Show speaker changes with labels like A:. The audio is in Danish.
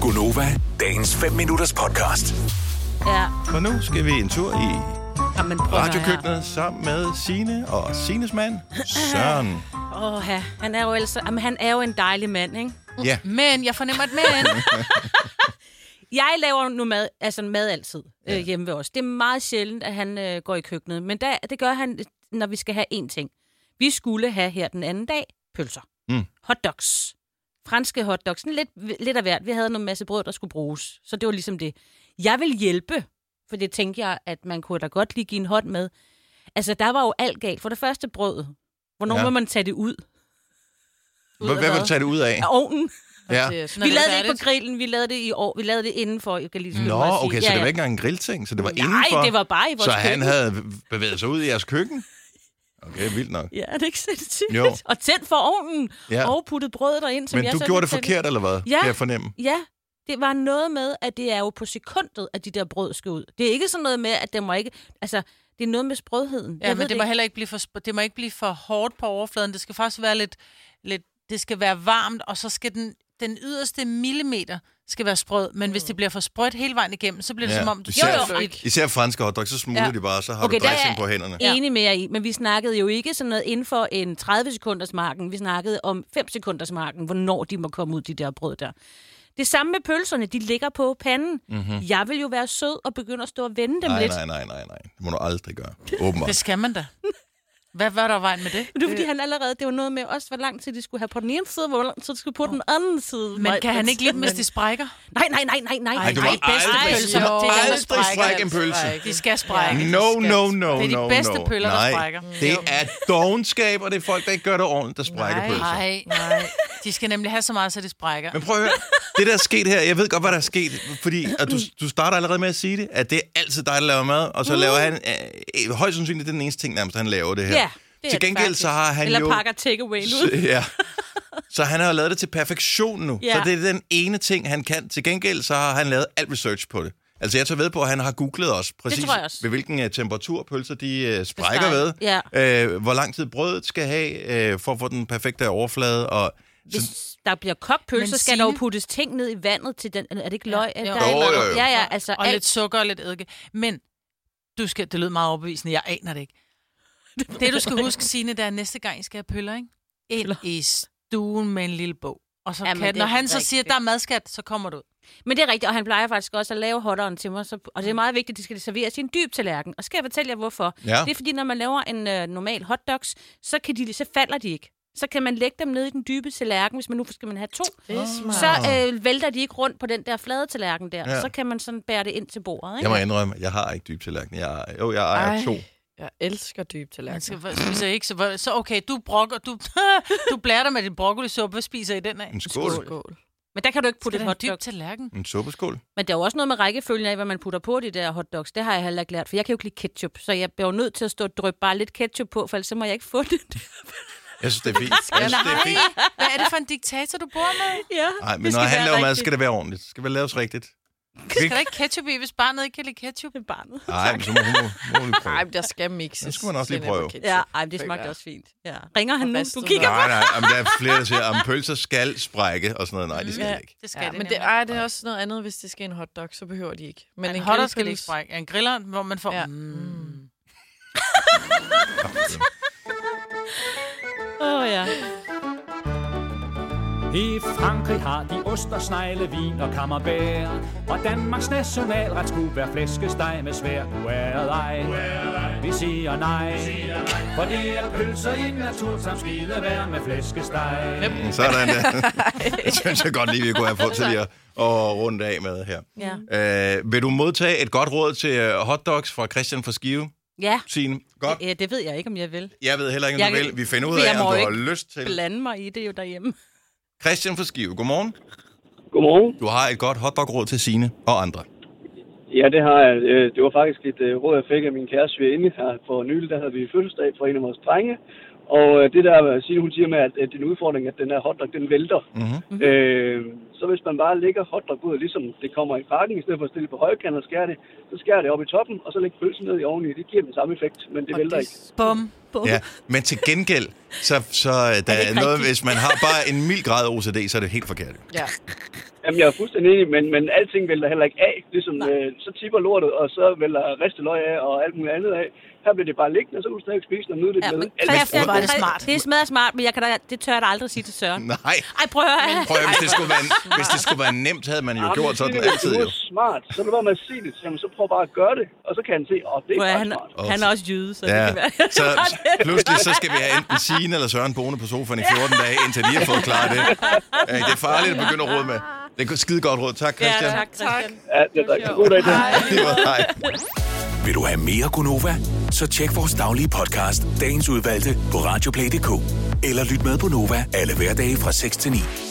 A: Gunova, dagens 5 minutters podcast.
B: Ja,
C: For nu skal vi en tur i
B: Jamen, prøv at høre her.
C: radiokøkkenet sammen med Sine og Sines mand, Søren.
B: Åh, oh, han er jo altså, jamen, han er jo en dejlig mand, ikke?
C: Ja,
D: Men jeg fornemmer et men.
B: Jeg laver nu mad, altså mad altid øh, hjemme ved os. Det er meget sjældent, at han øh, går i køkkenet, men der, det gør han, øh, når vi skal have én ting. Vi skulle have her den anden dag pølser.
C: Mm.
B: Hotdogs. Franske hotdogs. Sådan Lidt, lidt af hvert. Vi havde en masse brød, der skulle bruges. Så det var ligesom det. Jeg vil hjælpe, for det tænkte jeg, at man kunne da godt lige give en hånd med. Altså, der var jo alt galt. For det første brød. Hvornår
C: Ja.
B: ja. må man tage det ud?
C: Hvad- hvad vil du tage det ud af?
B: Af ovnen?
C: Ja.
B: Vi lavede det ikke på grillen, vi lavede det i år. Vi lavede det indenfor, jeg kan lige skynde
C: Nå,
B: mig at sige.
C: okay, så det var ikke engang en grillting, så det var indenfor.
B: Nej, det var bare i vores
C: Så han
B: køkken.
C: havde bevæget sig ud i jeres køkken? Okay, vildt nok.
B: Ja, er det ikke sindssygt?
C: Jo.
B: Og tændt for ovnen,
C: Ja.
B: ja. og puttet brødet derind, som
C: Men
B: jeg
C: du
B: så
C: gjorde
B: ville
C: det
B: sætte-
C: forkert, eller hvad?
B: Ja.
C: Kan jeg fornemme?
B: Ja, det var noget med, at det er jo på sekundet, at de der brød skal ud. Det er ikke sådan noget med, at det må ikke... Altså, det er noget med sprødheden.
D: Ja,
B: Jeg ved
D: men det må
B: ikke.
D: heller ikke blive for, sp- det må ikke blive for hårdt på overfladen. Det skal faktisk være lidt, lidt det skal være varmt, og så skal den, den yderste millimeter skal være sprød. Men
B: Mm.
D: hvis det bliver for sprødt hele vejen igennem, så bliver det
C: Ja.
D: som om...
C: Især,
D: jo, jo, et,
C: især franske hotdogs, så smuler
D: Ja.
C: de bare, så har
B: Okay,
C: du
B: der er-
C: dressing på hænderne.
D: Ja.
B: enig med jer i, men vi snakkede jo ikke sådan noget inden for en 30 sekunders marken. Vi snakkede om 5 sekunders marken, hvornår de må komme ud, de der brød der. Det samme med pølserne, de ligger på panden. Mm-hmm. Jeg vil jo være sød og begynde at stå og vende dem
C: Mhm. Nej,
B: lidt.
C: nej, nej, nej, nej. Det må du aldrig gøre. Åbenbart.
D: det skal man da. Hvad var der i vejen med det?
B: Men Det er fordi, han allerede, det var noget med også, hvor lang tid de skulle have på den ene side, hvor lang tid de skulle på den anden side.
D: Men kan han ikke lide dem, hvis de sprækker?
B: Nej, nej, nej, nej, nej.
C: Ej, du må
B: nej, bedste
C: aldrig-
B: pølser.
C: du
B: Det er
C: må
B: dem, der
C: aldrig
B: sprækker.
C: strække en pølse.
D: De skal sprække. De
C: No,
D: skal.
C: no, no,
D: Det er de
C: no,
D: bedste
C: no.
D: pøller, der
C: Nej,
D: sprækker.
C: det er dogenskab, og det er folk, der ikke gør det ordentligt, der sprækker pølser.
D: Nej, nej. De skal nemlig have så meget, så de sprækker.
C: Men prøv at høre, det der er sket her, jeg ved godt, hvad der er sket, fordi at du, du starter allerede med at sige det, at det er altid dig, der laver mad, og
B: Mm.
C: så laver han, øh, højst sandsynligt, det er den eneste ting nærmest, han laver det her.
B: Ja, det er det
C: Til gengæld så har
B: faktisk.
C: han
B: Eller
C: jo...
B: pakker takeaway ud.
C: Ja. Så han har jo lavet det til perfektion nu.
B: Ja.
C: Så det er den ene ting, han kan. Til gengæld så har han lavet alt research på det. Altså jeg tager ved på, at han har googlet også præcis,
B: tror jeg også.
C: ved hvilken uh, temperatur pølser de uh, sprækker ved.
B: Ja.
C: Uh, hvor lang tid brødet skal have uh, for at få den perfekte overflade. Og,
B: Hvis der bliver kogt pølse,
D: Men
B: så skal
D: Signe-
B: der jo puttes ting ned i vandet til den. Er det ikke løg?
D: jo.
B: Der er
D: Jo,
B: et eller andet.
C: jo, jo.
B: Ja, ja, altså
D: og
B: alt.
D: lidt sukker og lidt eddike. Men du skal, det lød meget overbevisende, jeg aner det ikke. Det, du skal huske, Signe, det er at næste gang, I skal have pøller, ikke? Ind i stuen med en lille bog. Og så
B: Jamen,
D: kan,
B: det er
D: når han så
B: rigtigt.
D: siger, at der er madskat, så kommer du ud.
B: Men det er rigtigt, og han plejer faktisk også at lave hotdoggen til mig. Så, og det er meget vigtigt, at de skal serveres i en dyb tallerken. Og skal jeg fortælle jer, hvorfor?
C: Ja.
B: Det er fordi, når man laver en øh, normal hotdogs, så, kan de, så falder de ikke. Så kan man lægge dem ned i den dybe tallerken, hvis man nu skal man have to. Så øh, vælter de ikke rundt på den der flade tallerken der.
C: Ah. Ja.
B: Ja. Så kan man sådan bære det ind til bordet. Ikke?
C: Jeg må indrømme, jeg har ikke dyb tallerken. Jeg, jo, jeg ejer
E: Ej,
C: to.
E: Jeg elsker dyb
D: Man
E: tallerken.
D: skal, hvad spiser I ikke, så, hvor- så okay, du brokker, du, du blærer dig med din broccolisuppe. Hvad spiser I den af?
C: En skål. skål.
E: Skål.
B: Men der kan du ikke
D: Skal
B: putte
D: det
B: et
D: en dyb
B: hotdog.
D: tallerken?
C: En suppeskål.
B: Men der er jo også noget med rækkefølgen af, hvad man putter på de der hotdogs. Det har jeg heller ikke lært, for jeg kan jo ikke lide ketchup. Så jeg bliver jo nødt til at stå og dryppe bare lidt ketchup på, for ellers så må jeg ikke få det.
C: Jeg synes, det er fint. Jeg synes, det er fint.
D: Hvad er det for en diktator, du bor med?
B: ja,
C: Nej, men
B: det
C: når
B: skal
C: han
B: være
C: laver mad,
B: rigtigt.
C: skal det være ordentligt. Det skal vel laves rigtigt.
D: Skal der ikke ketchup i, hvis barnet ikke kan lide ketchup?
B: Med barnet.
C: Nej, men så må hun, må hun lige prøve.
E: Ej, men der skal mixes.
C: Det skulle man også lige
E: sennep og
C: prøve.
E: ketchup.
B: Ja, ej, men det
E: Tænker
B: smagte
E: jeg.
B: også fint. Ja. Ringer han
E: Og
B: nu? Du
E: ristet
B: kigger
C: Nej, nej, jamen, der er flere, der siger, at pølser skal sprække og sådan noget. Nej, det skal
E: Ja.
C: ja. ikke.
D: Det skal
E: Ja,
D: det
E: men det,
D: nemlig.
E: ej, det er også noget andet, hvis det skal en hotdog, så behøver de ikke. Men
D: en hotter skal
E: grillpølse-
D: ikke sprække. En griller, hvor man får...
E: Ja.
D: Ja. Mm.
B: Åh, oh, ja.
F: I Frankrig har de ost og snegle, vin og kammerbær. Og Danmarks nationalret skulle være flæskesteg med svær. Du er ej, vi siger nej. For det er pølser i naturtam skidevær med flæskesteg.
C: Sådan der. Det synes jeg godt lige, vi kunne have fået til lige at, at runde af med her.
B: Ja.
C: Øh, vil du modtage et godt råd til øh, hotdogs fra Christian fra Skive,
B: Ja.
C: Signe? Godt.
B: ja, det ved jeg ikke, om jeg vil.
C: Jeg ved heller ikke, om du
B: Jeg-
C: vil. Vi finder ud
B: Jeg
C: af, om
B: må
C: du
B: ikke
C: har lyst til.
B: Blande mig i det jo derhjemme.
C: Christian fra Skive, godmorgen.
G: Godmorgen.
C: Du har et godt hotdog-råd til Signe og andre.
G: Ja, det har jeg. Øh, Det var faktisk et øh, råd, jeg fik af min kæreste svigerinde her for nylig. Der havde vi fødselsdag for en af vores drenge.
D: Mhm.
G: Og øh, det der, Signe, hun siger med, at, at det er en udfordring, at den her hotdog, den vælter. Mm-hmm. Øh, Så hvis man bare lægger hotdogbrødet, ligesom det kommer i pakken, i stedet for at stille på højkant og skære det, så skærer det op i toppen, og så lægger pølsen ned i oveni. Det giver den samme effekt, men det vælter ikke.
D: Bum.
C: Ja, men til gengæld, så, så øh, der
B: ikke
C: er noget,
B: rigtigt?
C: hvis man har bare en mild grad OCD, så er det helt forkert.
E: Ja.
G: Jamen, jeg er fuldstændig enig, men, men alting vælter heller ikke af. Ligesom, øh, så tipper lortet, og så vælter risteløg af og alt muligt andet af. Her bliver det bare liggende, og så kan du stadig spise noget nydeligt
D: Ja,
G: ja, med.
D: men
G: Alt-
D: kræft, hvor er det
B: Christian,
D: smart.
B: Det er smadret smart, men jeg kan da, det tør jeg da aldrig sige til Søren.
C: Nej,
B: Ej, prøv at høre.
C: prøv at, hvis det skulle være, hvis det skulle være nemt, havde man jo
G: Ah,
C: gjort
G: men
C: sådan
G: det er
C: altid.
G: jo
C: Jo.
G: smart. Så er det bare med at sige det til ham, så prøv bare at gøre det. Og så kan han se, åh, oh, det er
B: Prøv at,
G: bare
B: han,
G: smart.
B: han er også jyde, så det
C: Ja,
B: kan være.
C: så pludselig så skal vi have enten Signe eller Søren boende på sofaen i 14 dage, indtil de har fået klaret det. Øh, Det er farligt at begynde at råde med. Det er skide godt råd. Tak,
B: Ja,
C: Christian.
B: tak, Christian.
G: Ja, det er da god dag til ham.
C: Det var dig.
A: Vil du have mere Gunova? Så tjek vores daglige podcast, dagens udvalgte, på radioplay.dk. Eller lyt med på Nova alle hverdage fra 6 til 9.